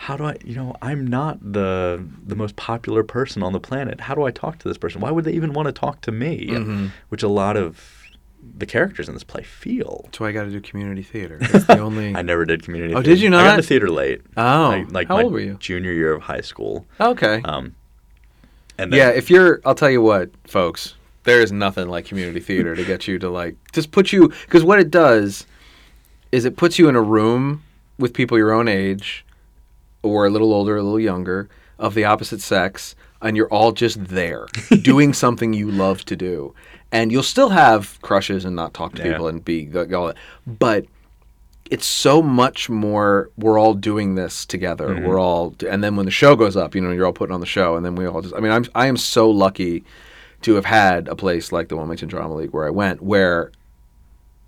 how do I? You know, I'm not the the most popular person on the planet. How do I talk to this person? Why would they even want to talk to me?
Mm-hmm.
And- which a lot of the characters in this play feel.
That's why I got to do community theater. It's the only
I never did community.
Oh,
theater.
did you
I got
not?
into theater late.
Oh,
I- like
how
my
old were you?
Junior year of high school.
Okay.
Um, and then,
Yeah, if you're, I'll tell you what, folks, there is nothing like community theater to get you to like just put you because what it does is it puts you in a room with people your own age or a little older, a little younger, of the opposite sex, and you're all just there doing something you love to do, and you'll still have crushes and not talk to
Yeah.
people and be like, all that, but it's so much more we're all doing this together we're all and then when the show goes up you know you're all putting on the show and then we all just i mean i'm i am so lucky to have had a place like the wilmington drama league where i went where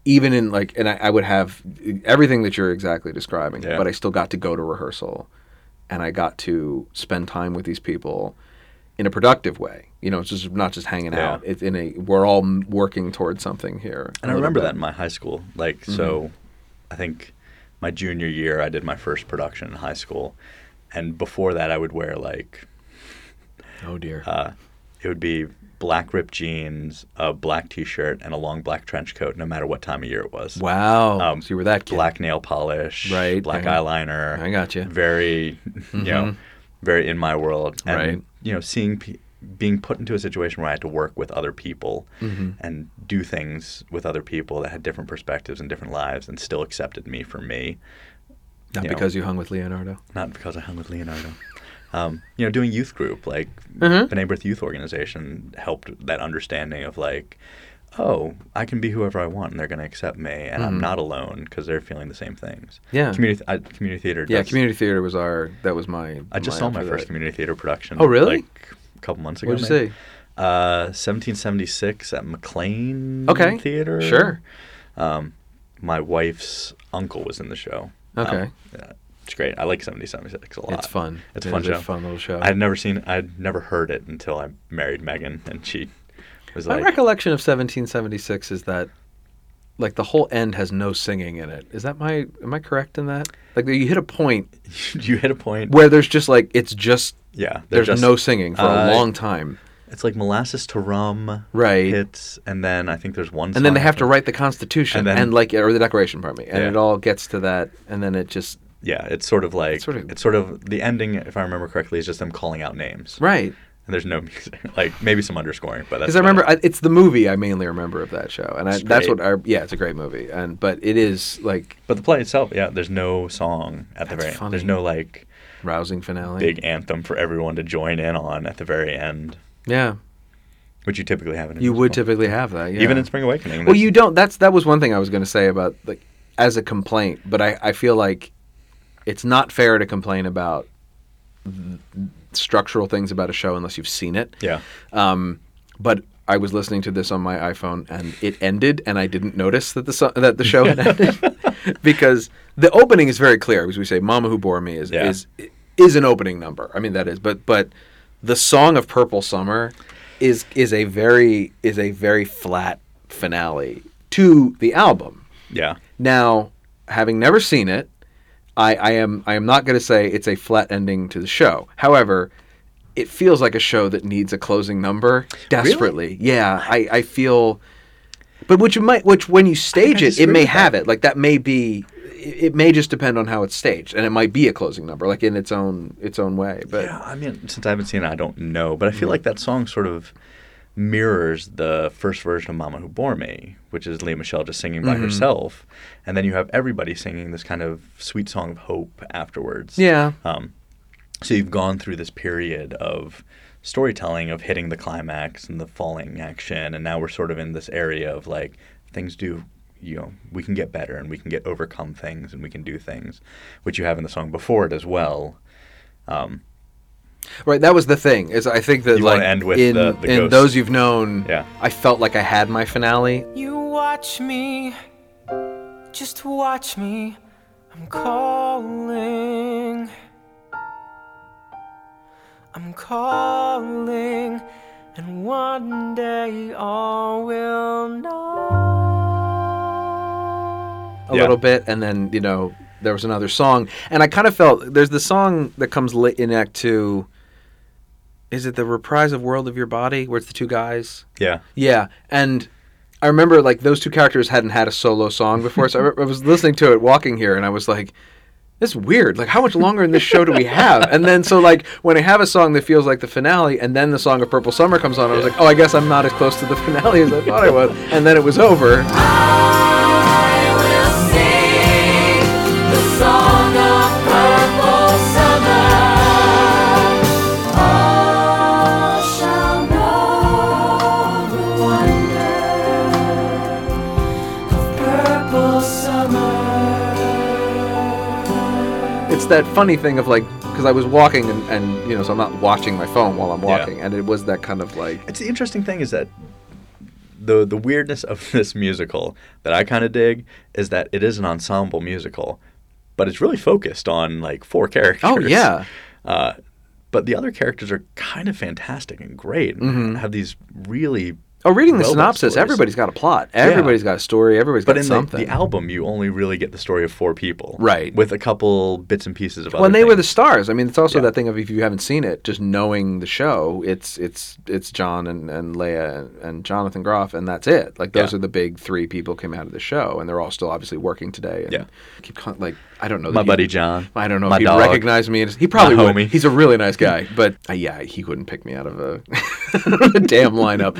even in like and i, I would have everything that you're exactly describing
Yeah.
but i still got to go to rehearsal and i got to spend time with these people in a productive way you know it's just not just hanging
Yeah.
out it's in a we're all m- working towards something here
And
a
I
little
remember
bit.
that in my high school. Like, so I think my junior year, I did my first production in high school. And before that, I would wear like,
oh dear
uh, it would be black ripped jeans, a black t shirt, and a long black trench coat, no matter what time of year it was.
wow
um,
so you were that kid.
Black nail polish,
Right,
black
I-
eyeliner.
I gotcha. Mm-hmm.
Very, you know, very in my world. And,
Right.
you know, seeing, pe- being put into a situation where I had to work with other people
Mm-hmm.
and do things with other people that had different perspectives and different lives and still accepted me for me.
Not
you know.
because you hung with Leonardo.
not because I hung with Leonardo. Um, you know, doing youth group like
Mm-hmm.
the Neighborth Youth Organization helped that understanding of like, oh, I can be whoever I want, and they're going to accept me, and I'm not alone because they're feeling the same things.
Mm-hmm. Yeah.
community I, community theater.
Yeah,
does-
community theater was our. That was my.
I just saw my
after
first
that.
community theater production.
Oh, really?
Like a couple months ago.
What'd you
maybe.
see?
Uh, 1776 at McLean
Okay.
Theater.
Sure.
My wife's uncle was in the show.
Okay.
Um, yeah, it's great. I like 1776 a lot.
It's fun.
Uh, It's
It
a fun
is a
show.
fun little show.
I'd never seen. I'd never heard it until I married Megan, and she was
My
like,
recollection of 1776 is that, like, the whole end has no singing in it. Is that my? Am I correct in that? Like, you hit a point
"You hit a point."
where there's just like it's just
yeah, they're
there's
just-
no singing for
uh,
a long time,
It's like molasses to rum.
Right.
Hits, and then I think there's one.
and then
song
they have
after-
to write the Constitution and,
and then-
like or the Declaration, pardon me, and
Yeah.
it all gets to that, and then it just
Yeah, it's sort of like
Sort of-
it's sort of the ending, if I remember correctly, is just them calling out names.
right.
And there's no music, like maybe some underscoring, but that's
Because I
about
remember
it.
I, it's the movie I mainly remember of that show, and I,
It's
that's
great.
what I yeah, it's a great movie, and but it is like
But the play itself, yeah, there's no song at
That's
the very end. There's
funny.
no like
rousing finale.
big anthem for everyone to join in on at the very end,
yeah,
which you typically have in a
you would
musical.
typically have that, yeah.
even in Spring Awakening.
Well,
there's-
you don't. That's that was one thing I was going to say about like as a complaint, but I I feel like it's not fair to complain about th- structural things about a show unless you've seen it.
yeah.
Um, but I was listening to this on my iPhone and it ended, and I didn't notice that the so- that the show had ended because the opening is very clear. As we say, "Mama Who Bore Me" is
Yeah.
is is an opening number. I mean, that is, but but the song of Purple Summer is is a very is a very flat finale to the album.
Yeah.
Now, having never seen it, I, I am I am not going to say it's a flat ending to the show. However, it feels like a show that needs a closing number desperately. Yeah, I, I feel. But which you might, which when you stage it, it
disagree
may
with
have it. Like that may be, it it may just depend on how it's staged, and it might be a closing number, like in its own its own way. But
Yeah, I mean, since I haven't seen it, I don't know, but I feel like that song sort of mirrors the first version of "Mama Who Bore Me," which is Leah Michelle just singing by herself, and then you have everybody singing this kind of sweet song of hope afterwards.
yeah,
Um, so you've gone through this period of storytelling of hitting the climax and the falling action, and now we're sort of in this area of like things do. You know, we can get better and we can get overcome things and we can do things, which you have in the song before it as well.
Right, that was the thing. Is I think that
You wanna
like
end with
in,
the- the
in
ghost.
those you've known,
Yeah.
I felt like I had my finale.
You watch me, just watch me. I'm calling. I'm calling, and one day all will know.
a
Yeah.
little bit, and then you know there was another song, and I kind of felt there's the song that comes late in Act Two. Is it the reprise of World of Your Body, where it's the two guys?
Yeah.
Yeah, and I remember like those two characters hadn't had a solo song before, so I, re- I was listening to it walking here, and I was like, "This is weird. Like, how much longer in this show do we have?" And then so like when I have a song that feels like the finale, and then the song of Purple Summer comes on, I was like, "Oh, I guess I'm not as close to the finale as I thought I was," and then it was over. it's that funny thing of like because I was walking and, and you know so I'm not watching my phone while I'm
Yeah.
walking and it was that kind of like
It's the interesting thing is that the the weirdness of this musical that I kind of dig is that it is an ensemble musical, but it's really focused on like four characters.
oh yeah
Uh, but the other characters are kind of fantastic and great. and
Mm-hmm.
Have these really
oh reading the
well-built
synopsis
stories.
everybody's got a plot everybody's got a story everybody's
But
got
in the,
Oh, something
the album, you only really get the story of four people,
Right.
With a couple bits and pieces of.
well
other
and they were the
things.
stars I mean it's also
Yeah.
that thing of if you haven't seen it just knowing the show it's it's it's John and and Leia and, and Jonathan Groff and that's it like those
Yeah.
are the big three people came out of the show and they're all still obviously working today and
Yeah.
keep con- like I don't know
My
that he-
buddy John,
I don't know
my
if he'd
dog.
recognize me. He probably
My
would.
homie.
He's a really nice guy, but uh, yeah, he couldn't pick me out of a, damn lineup.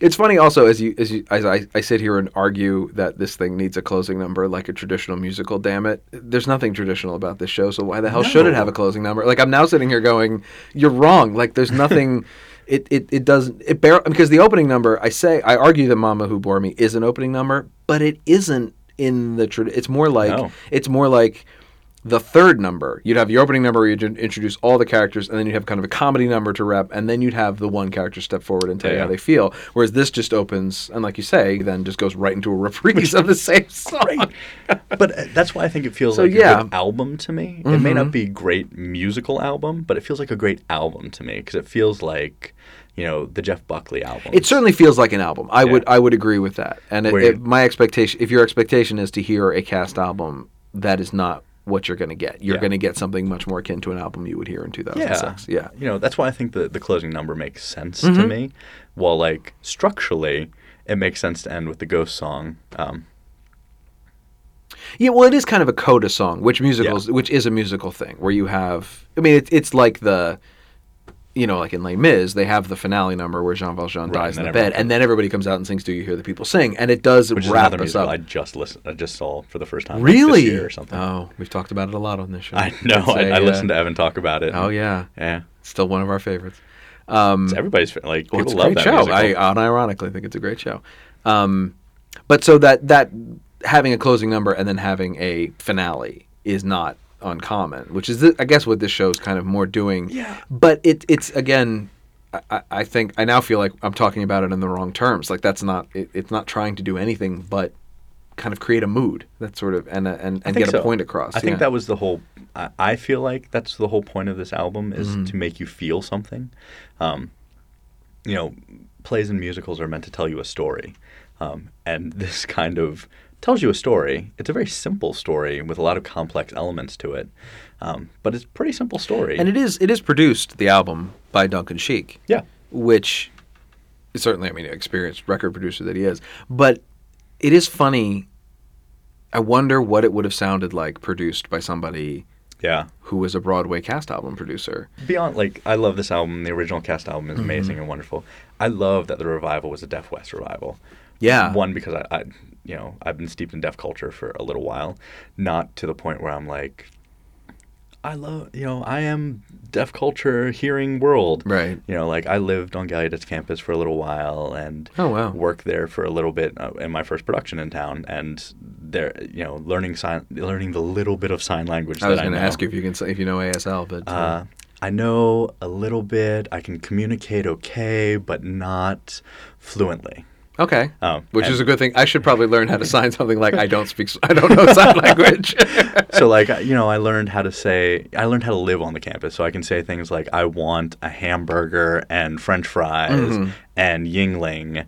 It's funny also as you as you as I, I sit here and argue that this thing needs a closing number like a traditional musical. Damn it, there's nothing traditional about this show, so why the hell should it have a closing number? Like I'm now sitting here going, you're wrong. Like there's nothing. It, it, it doesn't it bar- because the opening number I say I argue that Mama Who Bore Me is an opening number, but it isn't in the trad. It's more like
No.
it's more like the third number. You'd have your opening number where you'd in- introduce all the characters, and then you'd have kind of a comedy number to wrap, and then you'd have the one character step forward and tell you
Yeah.
how they feel. Whereas this just opens, and like you say, then just goes right into a reprise of the same song.
but uh, that's why I think it feels
So,
like
yeah. Mm-hmm.
a good album to me. It may not be great musical album, but it feels like a great album to me because it feels like you know the Jeff Buckley album.
It certainly feels like an album. I would
Yeah.
I would agree with that. And it,
Where
it,
you-
my expectation, if your expectation is to hear a cast album, that is not what you're going to get. You're
Yeah.
going to get something much more akin to an album you would hear in 2006. Yeah. Mm-hmm.
You know that's why I think the the closing number makes sense to me. While like structurally, it makes sense to end with the ghost song. Um,
Yeah, well, it is kind of a coda song, which musicals, which is a musical thing, where you have. I mean, it's it's like the, you know, like in Les Mis, they have the finale number where Jean Valjean dies in the
and then
bed,
everyone
and then everybody comes out and sings "Do You Hear the People Sing," and it does
which is
wrap
another
us
musical
up.
I just listened, I just saw for the first time like, this
really?
year or something.
Oh, we've talked about it a lot on this show.
I know.
It's
I,
a,
I
uh,
listened to Evan talk about it.
Oh yeah,
yeah.
still one of our favorites.
It's everybody's fa- like
Well,
people
it's a
love
great
that
show.
musical.
I unironically think it's a great show. Um, but so that that having a closing number and then having a finale is not uncommon, which is the, I guess what this show is kind of more doing.
Yeah.
But it it's again I- I, I think I now feel like I'm talking about it in the wrong terms. Like that's not it, it's not trying to do anything but kind of create a mood that sort of and a, and,
I
and
think
get
so.
a point across.
I
yeah.
think that was the whole. I, I feel like that's the whole point of this album is
Mm.
to make you feel something. Um, you know, plays and musicals are meant to tell you a story, um, and this kind of tells you a story. It's a very simple story with a lot of complex elements to it, um, but it's a pretty simple story.
and it is it is produced the album by Duncan Sheik.
yeah,
which is certainly, I mean, an experienced record producer that he is. But it is funny. I wonder what it would have sounded like produced by somebody
yeah.
who was a Broadway cast album producer.
Beyond like, I love this album. The original cast album is
Mm-hmm.
amazing and wonderful. I love that the revival was a Deaf West revival.
Yeah.
One because I, I, you know, I've been steeped in deaf culture for a little while, not to the point where I'm like, I love, you know, I am deaf culture, hearing world.
Right.
You know, like I lived on Gallaudet campus for a little while and
Oh, wow.
worked there for a little bit uh, in my first production in town, and there, you know, learning sign, learning the little bit of sign language.
I was
that
going to
know.
ask you if you can say, if you know ASL, but uh,
Uh, I know a little bit. I can communicate okay, but not fluently.
okay,
um,
which
and-
is a good thing. I should probably learn how to sign something like I don't speak, s- I don't know sign language.
so like I- you know i learned how to say i learned how to live on the campus so i can say things like i want a hamburger and french fries and yingling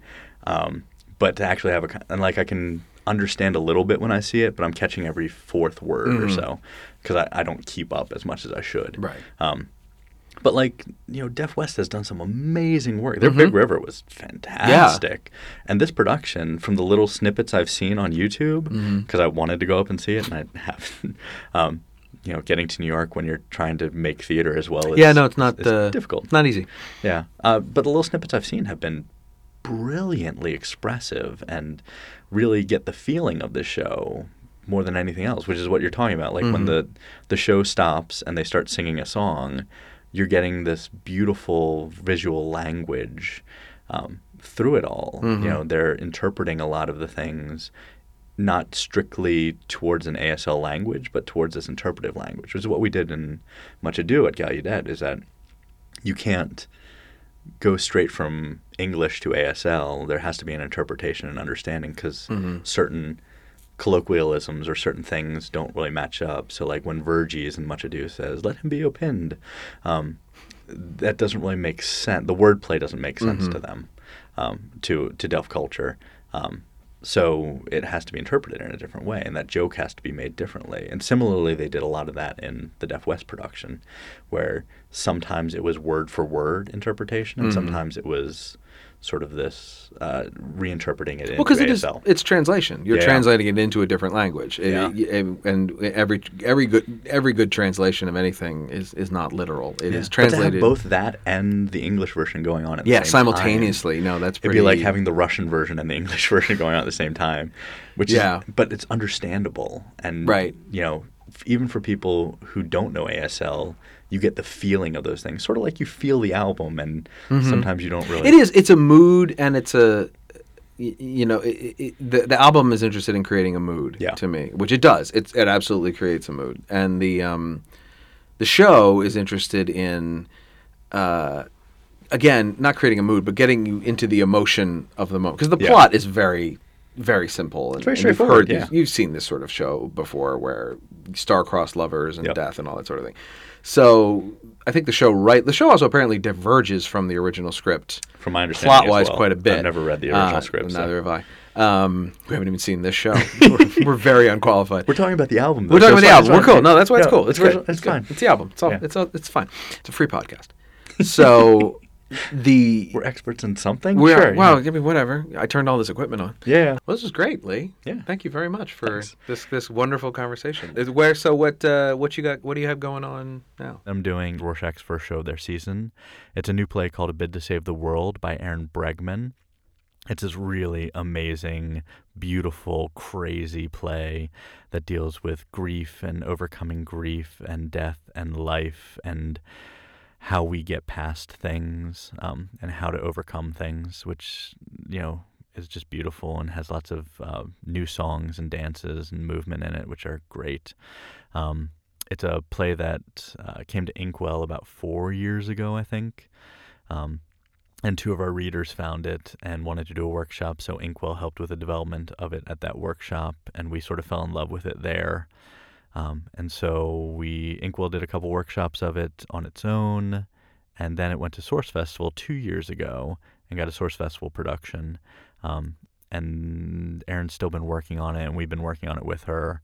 um, but to actually have a con- and like i can understand a little bit when i see it but i'm catching every fourth word or so because I, I don't keep up as much as i should
Right.
um, but like you know def west has done some amazing work
Mm-hmm.
their big river was fantastic fantastic. And this production, from the little snippets I've seen on YouTube,
Mm-hmm.
because I wanted to go up and see it, and I haven't. Um, you know, getting to New York when you're trying to make theater as well. Is,
yeah, no, it's not
is
uh,
difficult.
Not easy.
Yeah, uh, but the little snippets I've seen have been brilliantly expressive and really get the feeling of the show more than anything else, which is what you're talking about. Like when the the show stops and they start singing a song, you're getting this beautiful visual language um, through it all. You know, they're interpreting a lot of the things. Not strictly towards an ASL language, but towards this interpretive language, which is what we did in Much Ado at Gallaudet. Is that you can't go straight from English to ASL. There has to be an interpretation and understanding because certain colloquialisms or certain things don't really match up. So, like when Verges in Much Ado says, "Let him be opened," um, that doesn't really make sense. The wordplay doesn't make sense
Mm-hmm.
to them, um, to to deaf culture. Um, so it has to be interpreted in a different way, and that joke has to be made differently. And similarly, they did a lot of that in the Deaf West production, where sometimes it was word for word interpretation,
Mm-hmm.
and sometimes it was sort of this uh, reinterpreting it
Well,
into
because it is,
ASL.
it's translation. You're
Yeah.
translating it into a different language, It-
Yeah.
y- and, and every every good every good translation of anything is is not literal. It is
But to
translated
have both that and the English version going on at
yeah
the same time,
simultaneously. No, that's
It'd
pretty.
be like having the Russian version and the English version going on at the same time, which
Yeah.
is, but it's understandable and
Right.
You know, f- even for people who don't know ASL, you get the feeling of those things. Sort of like you feel the album, and sometimes you don't really.
Mm-hmm. it is. It's a mood, and it's a y- you know it, it, the the album is interested in creating a mood
Yeah.
to me, which it does. It it absolutely creates a mood, and the um the show is interested in uh again not creating a mood, but getting you into the emotion of the moment because the
Yeah.
plot is very very simple and,
very
and you've
straightforward,
heard these-
yeah.
you've seen this sort of show before where star-crossed lovers and
Yep.
death and all that sort of thing so i think the show right the show also apparently diverges from the original script
From my understanding, as
plot wise
well.
quite a
I've
bit.
never read the original
Uh,
script, so-
Neither have I. Um, we haven't even seen this show. we're, we're very unqualified.
We're talking about the album. Though,
We're talking
so
about the
it's
album.
fine,
We're
it's
cool.
fine.
No, that's why it's
Yeah,
cool. It's,
It's,
good.
it's fine.
It's the album. It's all.
Yeah.
It's all, It's fine. It's a free podcast. So the
We're experts in something.
we're
sure,
wow.
Yeah.
I mean, whatever. I turned all this equipment on.
yeah.
Well, this is great, Lee.
Yeah.
Thank you very much for
Thanks.
this this wonderful conversation. Is- Where so what uh, what you got? What do you have going on now?
I'm doing Rorschach's first show of their season. It's a new play called A Bid to Save the World by Aaron Bregman. It's this really amazing, beautiful, crazy play that deals with grief and overcoming grief and death and life and how we get past things um, and how to overcome things, which, you know, is just beautiful and has lots of uh, new songs and dances and movement in it, which are great. Um, it's a play that uh, came to Inkwell about four years ago, I think. Um, and two of our readers found it and wanted to do a workshop. So Inkwell helped with the development of it at that workshop, and we sort of fell in love with it there. Um, and so we Inkwell did a couple workshops of it on its own, and then it went to Source Festival two years ago and got a Source Festival production. Um, and Erin's still been working on it, and we've been working on it with her.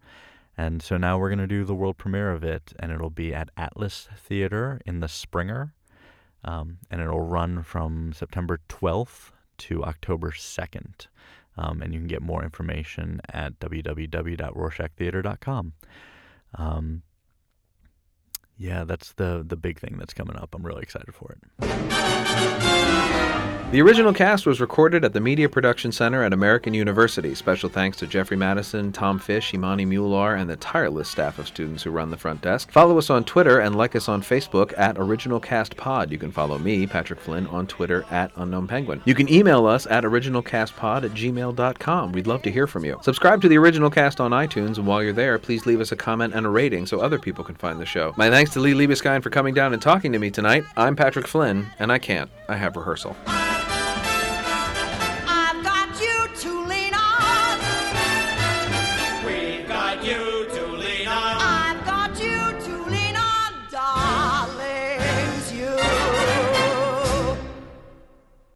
And so now we're going to do the world premiere of it, and it'll be at Atlas Theater in the Springer um, and it'll run from September 12th to October 2nd. Um, and you can get more information at www.rorschachtheater.com. Um, yeah, that's the the big thing that's coming up. I'm really excited for it.
The original cast was recorded at the Media Production Center at American University. Special thanks to Jeffrey Madison, Tom Fish, Imani Mular, and the tireless staff of students who run the front desk. Follow us on Twitter and like us on Facebook at Original Cast Pod. You can follow me, Patrick Flynn, on Twitter at Unknown Penguin. You can email us at originalcastpod at gmail.com. We'd love to hear from you. Subscribe to the Original Cast on iTunes, and while you're there, please leave us a comment and a rating so other people can find the show. My thanks to Lee Liebeskind for coming down and talking to me tonight. I'm Patrick Flynn, and I can't. I have rehearsal.